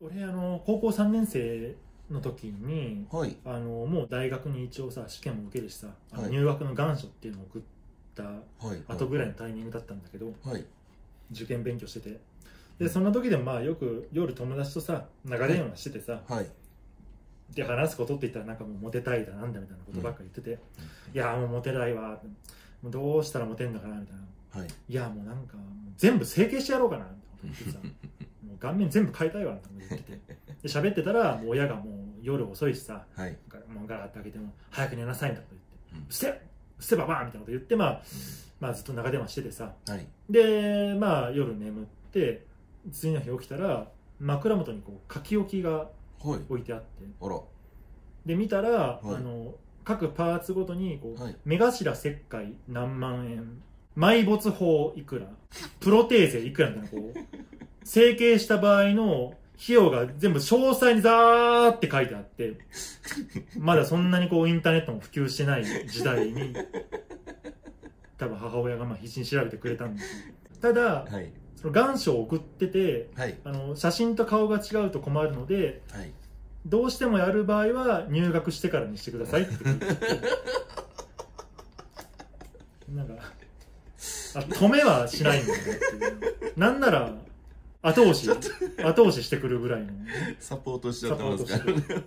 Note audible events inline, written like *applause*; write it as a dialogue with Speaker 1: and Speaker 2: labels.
Speaker 1: 俺あの高校3年生の時に
Speaker 2: はい
Speaker 1: あのもう大学に一応さ試験も受けるしさ、あの
Speaker 2: はい
Speaker 1: 入学の願書っていうのを送った
Speaker 2: はい
Speaker 1: 後ぐらいのタイミングだったんだけど
Speaker 2: はい
Speaker 1: 受験勉強してて
Speaker 2: うん
Speaker 1: でそんな時でもまあよく夜友達とさ長電話しててさ、
Speaker 2: はい
Speaker 1: で話すことって言ったらなんかもうモテたいだなんだみたいなことばっかり言ってて、いやーもうモテないわもうどうしたらモテんのかなみたいな
Speaker 2: はい
Speaker 1: いやもうなんかもう全部整形してやろうかなみたいな
Speaker 2: *laughs*
Speaker 1: こと言ってさもう顔面全部変えたいわみたいなこと言っててで喋ってたらもう親がもう夜遅いしさ
Speaker 2: はい
Speaker 1: なんかもうガラッて開けても早く寝なさいみたいなこと言
Speaker 2: う
Speaker 1: っ
Speaker 2: ん
Speaker 1: て「うせっうせばばみたいなこと言って、まあ、まあずっと長電話しててさ
Speaker 2: はい
Speaker 1: でまあ夜眠って次の日起きたら枕元にこう書き置きが
Speaker 2: はい
Speaker 1: 置いてあって
Speaker 2: あら
Speaker 1: で見たら、
Speaker 2: はい
Speaker 1: あの各パーツごとにこう、
Speaker 2: はい
Speaker 1: 目頭切開何万円埋没法いくらプロテーゼいくらみたいなこう整形した場合の費用が全部詳細にザーって書いてあってまだそんなにこうインターネットも普及してない時代に多分母親がまあ必死に調べてくれたんですただ
Speaker 2: はい
Speaker 1: その願書を送ってて
Speaker 2: はい
Speaker 1: あの写真と顔が違うと困るので
Speaker 2: はい
Speaker 1: どうしてもやる場合は入学してからにしてくださいって聞いてなんかあ止めはしないんだよねっていうなんなら後押し後押ししてくるぐらいの
Speaker 2: サポートしちゃ
Speaker 1: サ
Speaker 2: って
Speaker 1: ポー
Speaker 2: ま
Speaker 1: ト
Speaker 2: す
Speaker 1: し
Speaker 2: か
Speaker 1: て
Speaker 2: ら
Speaker 1: る